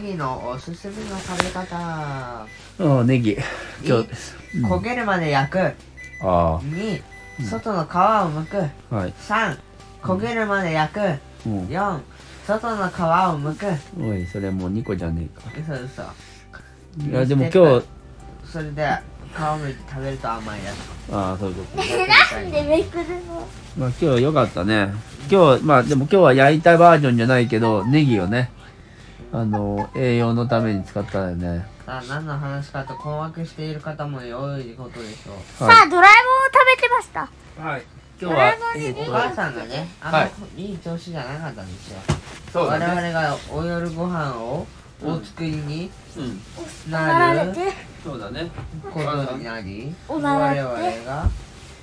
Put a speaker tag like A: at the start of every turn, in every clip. A: ギのおすすめの食べ方
B: うん、ネギ。今日、
A: 1焦げるまで焼く
B: あ
A: 2外の皮を剥く
B: あ、はい。
A: 3焦げるまで焼く
B: うん。
A: 4外の皮を剥く
B: おい、それもう2個じゃねえか。
A: 嘘嘘
B: いや、でも今日、
A: それで皮むいて食べると甘いや
B: ああ、そういうこと。
A: つ
C: なんでめくるの
B: まあ今日良かったね。今日、まあでも今日は焼いたバージョンじゃないけど、ネギをね、あの、栄養のために使ったよね。
A: さあ何の話かと困惑している方も多いことでしょう
C: さ
B: は
C: あドラえもんを食べてました
B: い。はい。今日は、
C: ドラ
B: え
C: え
B: っ
C: もんのネギ
A: お
B: と、
A: 母さんがね、あん
B: はい
A: まいい調子じゃなかったんですよ。
B: そう
A: 我
B: だ
A: 々
B: ね。
A: がお夜ご飯をお作りに
B: うん。
C: な
A: な
C: ら
A: る
C: れて
B: そうだね。
A: ことになり、
C: お
A: 我
C: なられて
A: 々が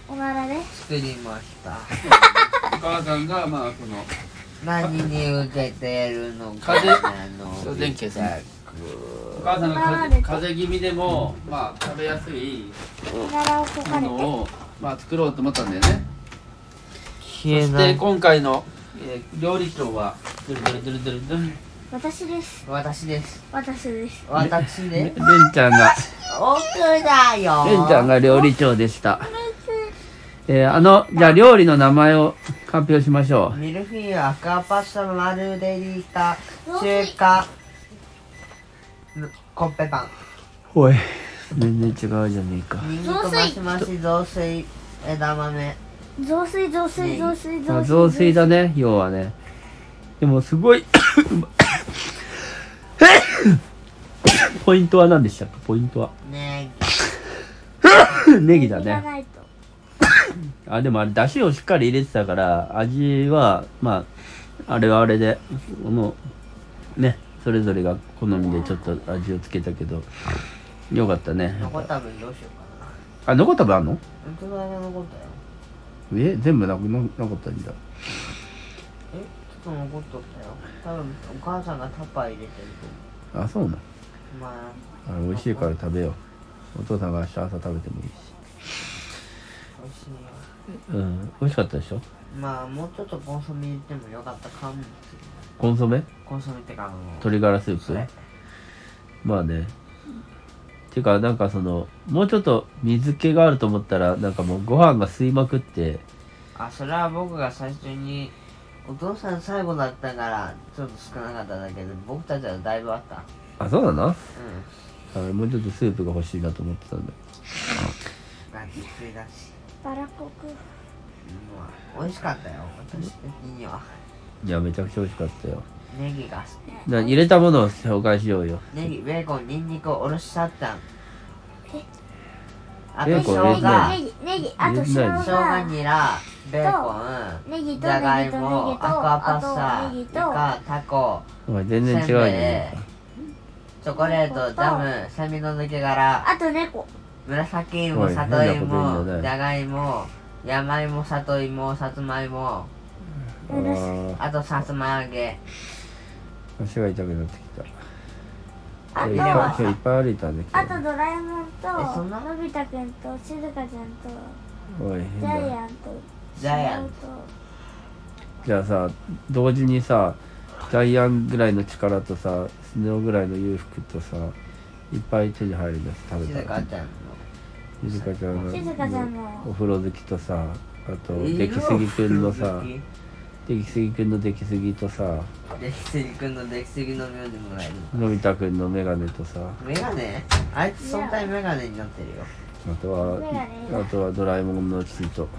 C: おならで
A: 作りました。
B: お母さんが、まあ、この、
A: 何に受けてるのか
B: 風邪
A: なの
B: そう電気消すねお
A: く
B: 母さんが
C: まあ
B: 風風邪気味でも、まあ、食べやすい
C: おならをこか
B: も
C: れ
B: の
C: て
B: を、まあ、作ろうと思ったんだよね。
A: 消え
B: そし
A: な
B: て
A: い。
B: 今回の、えー料理長は、ドゥルドゥルドゥルドゥルドゥル。
C: 私です
A: 私です。
C: 私です
A: 私
B: レ
A: です。
B: ンちゃんが、
A: 奥だよ。
B: レンちゃんが料理長でした。
C: 私
B: えーあの、じゃあ料理の名前を発表しましょ
A: ミルフィーユアクアパッションマルデリータ中華コッペパン。
B: う。おい。全然違うじゃねえか。
A: ニンニクマシマシ雑炊枝豆
C: 雑炊雑炊雑炊
B: まあ、
C: 雑炊
B: 雑炊だね、要はね。でもすごいうま、 ポイントは何でしたかポイントは。
A: ね
B: ネギだ
C: いら
B: ね。
C: ないと
B: あ、でもあれ、出汁をしっかり入れてたから、味は、まあ、あれはあれで、この、ね、それぞれが好みでちょっと味をつけたけど、よかったね
A: ぎ。残った分どうしようかな
B: あ、残った分あんの
A: 本当だ残ったよ
B: え全部なくななかったんだ
A: えちょっと残っとったよ多分お母さんがタッパー入れてる
B: あそうな
A: と思うまあ
B: あれ美味しいから食べようお父さんが明日朝食べてもいいし
A: 美味しいよ
B: うん美味しかったでしょ
A: まあもうちょっとコンソメ入れてもよかったかも
B: コンソメ
A: コンソメってかあの
B: 鶏ガラスー
A: そ
B: プ
A: れ
B: まあねてかなんかそのもうちょっと水気があると思ったらなんかもうご飯が吸いまくって
A: あそれは僕が最初にお父さん最後だったからちょっと少なかっただけで僕たちはだいぶあった
B: あそうなの
A: う
B: あれもうちょっとスープが欲しいなと思ってたんだ
A: んまあ自炊だし
C: バラコク
A: まあ美味しかったよ私的にはい
B: やめちゃくちゃ美味しかったよ
A: ネギが好き
B: な入れたものを紹介しようよ
A: ネギ、ベーコン、ニンニク、おろしサッタン
C: え。
A: あと生
B: ベーコン
A: 姜、
B: 入れてない
C: ネギネギあと
B: 入れ
C: 生
B: ない
A: 生姜、
C: 姜
A: ニラ、ベーコン、
C: ネギとネギとネギと
A: じゃがいも、アクアパッ
C: あ
A: サ
C: とネ
A: ー、
C: ギ
A: イ
C: と
A: カ、タコ、
B: お前全然違うじゃねえか
A: チョコレート、ジャム、セミの抜け殻、
C: あと猫
A: 紫
B: お
A: 芋、
B: い
A: 里
B: 変なこと言
A: 芋
B: うんじゃない、
A: じゃがいも、山芋、里芋、さつまいも、
B: あ
C: うるさ
B: ー
A: あとさつま揚げ。
B: 足が痛くなってきた
C: あ
B: 今
C: と
B: 日いっぱい今日いっぱい歩いたんだけど
C: あとドラえもんと
A: えそんな
C: のび太くんとしずかちゃんと
B: おい変
C: ジ
B: だ
C: ャイアンと
A: ジャイアン
C: シロ
B: じゃあさ同時にさジャイアンぐらいの力とさスネ夫ぐらいの裕福とさいっぱい手に入るんです食べた
A: 静
B: ら
A: かちゃんの。
B: 静香ちゃんの
C: 静香ちゃんの
B: お風呂好きとさあと出
A: 出
B: 来すぎくんのさ出来すぎくんの出来すぎとさ
A: 出来すぎくんの出来すぎの名字もらえる。
B: のび太くんのメガネとさ
A: メガネあいつ相対メガネになってるよ
B: あとは
C: メガ
B: あ
C: ネ
B: とはドラえもんの父と
C: と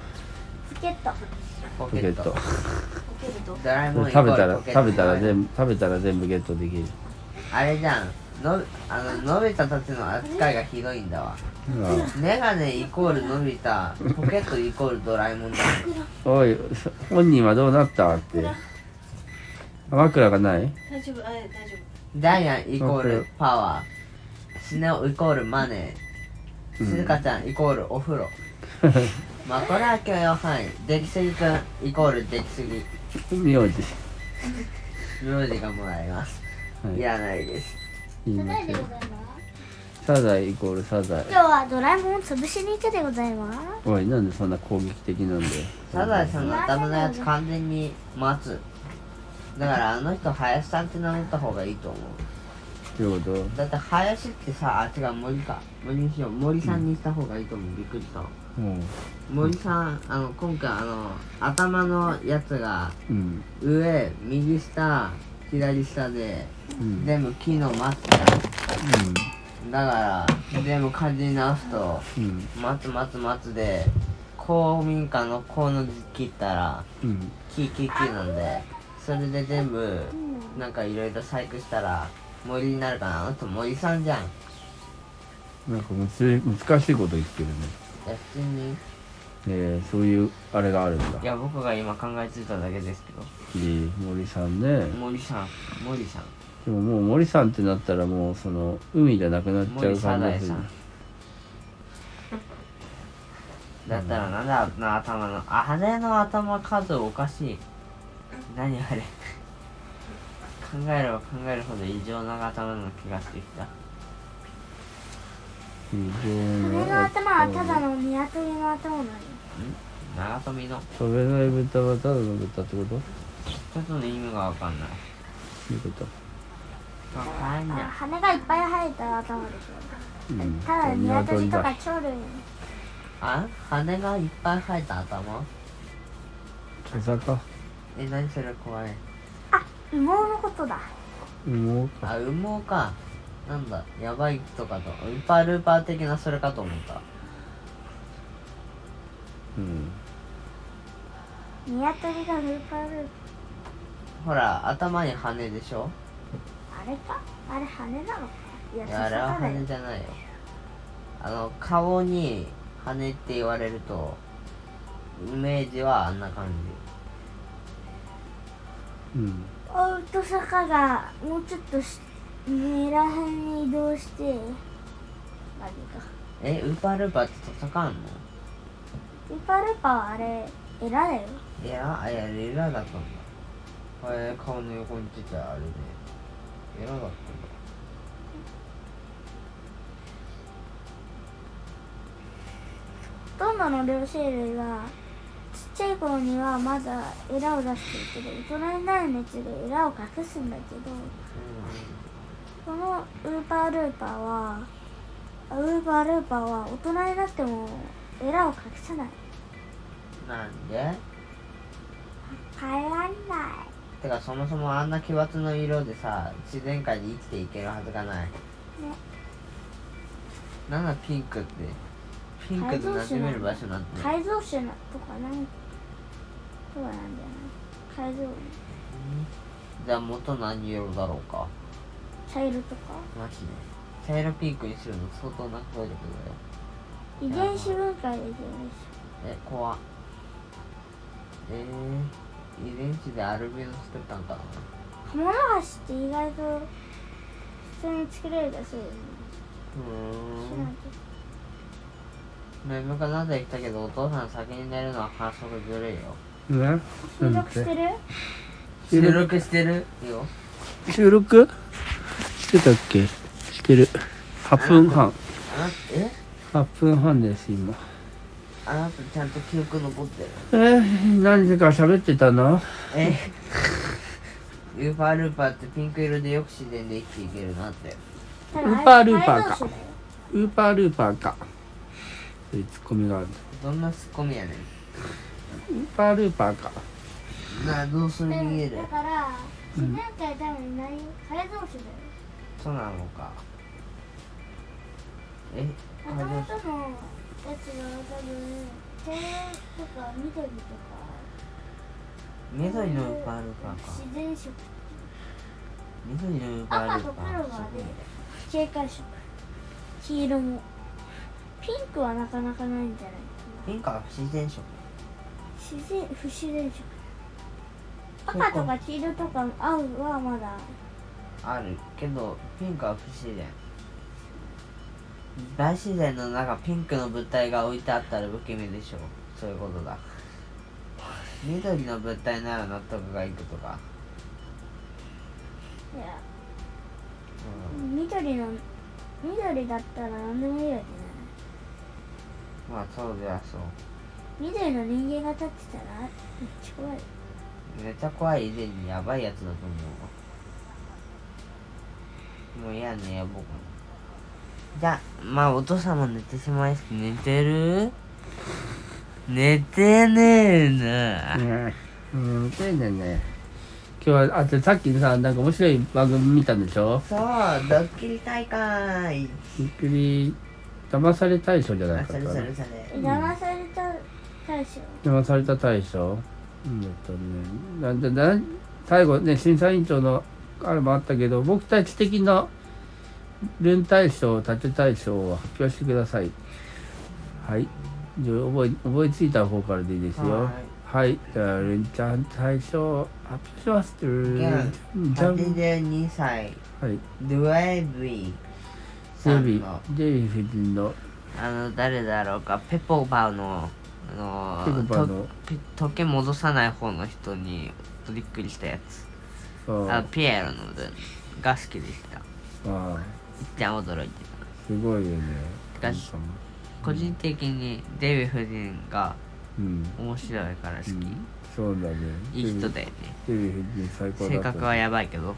C: チケット
A: ポ
B: ポ
A: ケ
B: ケ
A: ッ
B: ッ
A: ト
B: ト
A: ドラえもんイコ
B: 食べ
A: ー
B: た
A: ル
B: ら
A: ポケット
B: 食べたら全部食べたら全部ゲットできる
A: あれじゃんのあののび太たちの扱いがひどいんだわ
B: あ
A: メガネイコールのび太ポケットイコールドラえもんだ
B: あおい本人はどうなったって枕がない
D: 大丈夫あ大丈夫
A: ジャイアンイコールパワーシネオイコールマネー
B: うん
A: 鈴鹿ちゃんイコールお風呂まあこれは許容範囲出来すぎくんイコール出来すぎ
B: 名字
A: 名字がもらえます
B: はい
A: いらないです
B: 言い
C: た
B: ま
C: だ
B: す
C: いで
B: よ
C: ございます
B: サザエイコールサザエ
C: 今日はドラえもんを潰しに行ってでございます
B: おいなんでそんな攻撃的なんだよ
A: サザエさんの頭のやつ完全に待つだからあの人林さんって名乗った方がいいと思う
B: どういうこと
A: だって林ってさあ違う森か森にしよう森さんにした方がいいと思う、びっくりした
B: うん
A: 森さんあの今回あの頭のやつが
B: うん
A: 上右下左下で
B: うん
A: 全部木のマスクだから全部感じ直すと
B: うん
A: 「松松松」で公民館の「公」の字切ったら
B: うん
A: 「キキキ」なんでそれで全部なんかいろいろ細工したら森になるかなあと森さんじゃん
B: なんかむずい難しいこと言ってるね
A: いや普通に
B: えー、そういうあれがあるんだ
A: いや僕が今考えついただけですけど
B: えー森さんね
A: 森さん森さん
B: でももう森さんってなったらもうその海じゃなくなっちゃう
A: 森さ
B: 感じ
A: な
B: で
A: い
B: す
A: さ
B: る
A: んだったらなんだあの頭のあれの頭数おかしい何あれ考えれば考えるほど異常な頭の気がしてきた
B: 非常
C: これ
B: に
C: の頭はただの鶏の頭なの
A: 長富の
B: 食べない豚はただの豚ってことど
A: 一つの意味がわかんないう
B: いうこと
A: わかん
C: あ
A: ない
C: 羽がいっぱい生えた頭でし
B: う
C: ょ
B: ん
C: ただの鶏とか鳥類
A: あ羽がいっぱい生えた頭
B: 毛さか
A: え何それ怖い
C: あ羽毛のことだ
B: もうか
A: あ羽毛かなんだやばいとかとウーパールーパー的なそれかと思った
B: うん
C: 鶏がフーパールー
A: ほら頭に羽でしょ
C: あれかあれ羽なのかいや
A: いやあれは
C: さだよ
A: 羽じゃないよあの顔に羽って言われるとイメージはあんな感
B: うん
C: おうと坂がもうちょっとし上らへんに移動して何か
A: じえウーパールーパーって戦うの
C: ウーパールーパーはあれエラだよ
A: いやあいやレラだったんだこれ顔の横についてあれねエラだったんだ
C: どんどの両生類はちっちゃい頃にはまだエラを出してるけど大人になるにつれエラを隠すんだけどこのウーパールーパーはあウーパールーパーは大人になってもエラを隠さない
A: うんなんで
C: 帰らんない
A: てかそもそもあんな奇抜な色でさ自然界で生きていけるはずがないなんだピンクってピンクと馴染める場所なんて
C: 改造種のとかなんそうなんじゃない改造
A: じゃあ元何色だろうか
C: 茶色とか
A: マジで茶色ピンクにするの相当な効力だよ
C: 遺伝子分解できるでし
A: え怖っえー、遺伝子でアルビノ作ったんかな
C: ょカモノハシって意外と普通に作れるらしいよね知らん
A: う
C: けど
A: ーん眠くなってきたけどお父さん先に寝るのは反則ずるいよ
B: ね
C: 収録してる
B: 収録
A: 収録してるよ
B: 収録してたっけしてる8分半
A: あなえ
B: 8分半です今
A: あなたちゃんと記憶残ってる
B: えー、何か喋ってたな
A: えウーパールーパーってピンク色でよく自然で生きていけるなって
C: た
B: ウ
C: だ
B: ーパールーパーか
C: 改造種だよ
B: ウーパールーパーかそういうツッコミがある
A: どんなツッコミやね
B: ウーパールーパーか
A: んなあどうする
C: だ
A: 見える
C: だから自然界多分ない改造種だよ
A: そうなのかえ
C: もともとのやつが多分茶色とか緑とか
A: 緑のウーパールーパーか
C: 自然色
A: 緑のウーパールーパー
C: 赤と黒がね警戒色黄色もピンクはなかなかないんじゃない
A: ピンクは不自然色
C: 自然不自然色赤とか黄色とか青はまだ
A: あるけどピンクは不自然大自然の中ピンクの物体が置いてあったら不気味でしょうそういうことだ緑の物体なら納得がいくとか、
C: いや
A: う
C: 緑の緑だったら何でもいいよね
A: ん、まあそうではそう
C: 緑の人間が立ってたらめっちゃ怖い
A: めっちゃ怖い以前にやばいやつだと思うもう嫌ね僕もじゃあまあお父さんも寝てしまいます寝てる寝てねえな
B: ねうん、そうだね。今日は、あ、でさっきさ、なんか面白い番組見たんでしょ
A: そうドッキリ大会
B: びっくり、騙され大賞じゃな
A: あ
B: いか
A: そ
B: った
A: れ
B: か
A: そ
B: な
A: れそれ
C: 騙された大将
B: 騙された大賞うんだったね。なんで、なん最後ね、審査委員長のあれもあったけど、僕たち的な、文大賞、盾大賞を発表してください。はい。じゃあ覚え、覚えついた方からでいいですよ
A: は。
B: はい。じゃあ、ルンちゃん大賞発表します。ルンちゃん。じゃん
A: 82歳
B: はい。
A: ドエビー
B: デ
A: さん
B: ヴ
A: の
B: ィ、デヴィ夫人の
A: あの誰だろうかペポバーのあ
B: ペコ
A: の
B: パの、
A: とピ時計戻さない方の人にびっくりしたやつあ
B: あ
A: ピエロの歌が好きでした。いっ
B: あ、
A: ちゃん驚いて
B: すごいよね。
A: がた。個人的にデヴィ夫人が
B: うん。
A: 面白いから好き。
B: うんそうだね。
A: いい人だよね。
B: デヴィ夫人最高だった。
A: 性格はやばいけど、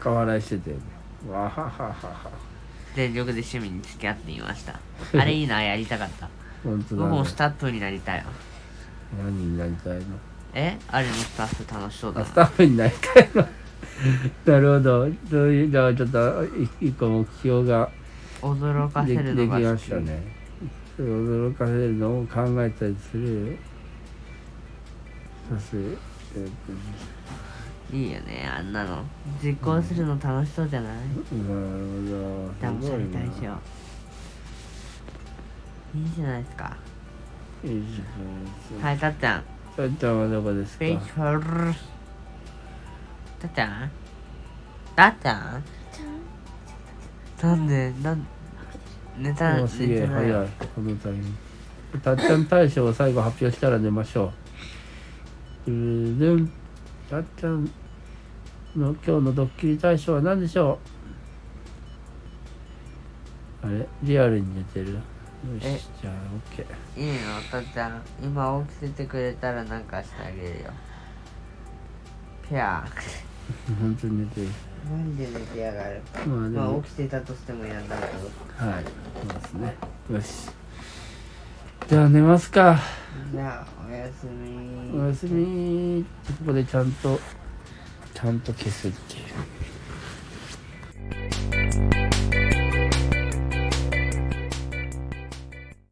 B: 高笑いしてたよね。わはははは。
A: 全力で趣味に付き合っていま した。あれいいな、やりたかった。
B: 本当
A: 僕
B: だ、ね
A: も。スタッフになりたいわ。
B: 何になりたいの
A: えあれもスタッフ楽しそうだ
B: あ
A: な
B: ス。タッフになりたいの なるほど。そういう、じゃあちょっと、い一個目標が
A: 驚かせ
B: でき
A: る
B: で
A: の
B: き
A: が好
B: ま
A: き。
B: したね。それを驚かせるのを考えたりする。そして、えーと
A: いいよね、あんなの。実行するの楽しそうじゃない
B: なるほ
A: 騙
B: ど。
A: されたい
B: す
A: しよ。いいじゃないですか。
B: ごいな。
A: はい、たっちゃん。
B: さっちゃんはどこですか。
A: Fish for たっちゃんたっちゃん
C: ちゃん
A: なんでなん寝た
B: もう
A: 寝
B: すげえ
A: てない
B: 早
A: よ
B: い。このタイミング。たっちゃん大賞を最後発表したら寝ましょう。うーずん。たっちゃん。の今日のドッキリ大賞は何でしょう。あれ、リアルに寝てる。よ
A: え
B: し、じゃあ、オッケー。
A: いいよたっちゃん今起きててくれたらなんかしてあげるよピャー
B: 本当に寝てる。
A: なんで寝てやがる
B: まあ、で
A: まあ
B: も
A: 起。きてたとしてもやんだけど
B: はい。そうですね。よし。じゃあ、寝ますか。
A: じゃあおやすみ
B: おやすみここでちゃんとちゃんと消すっていう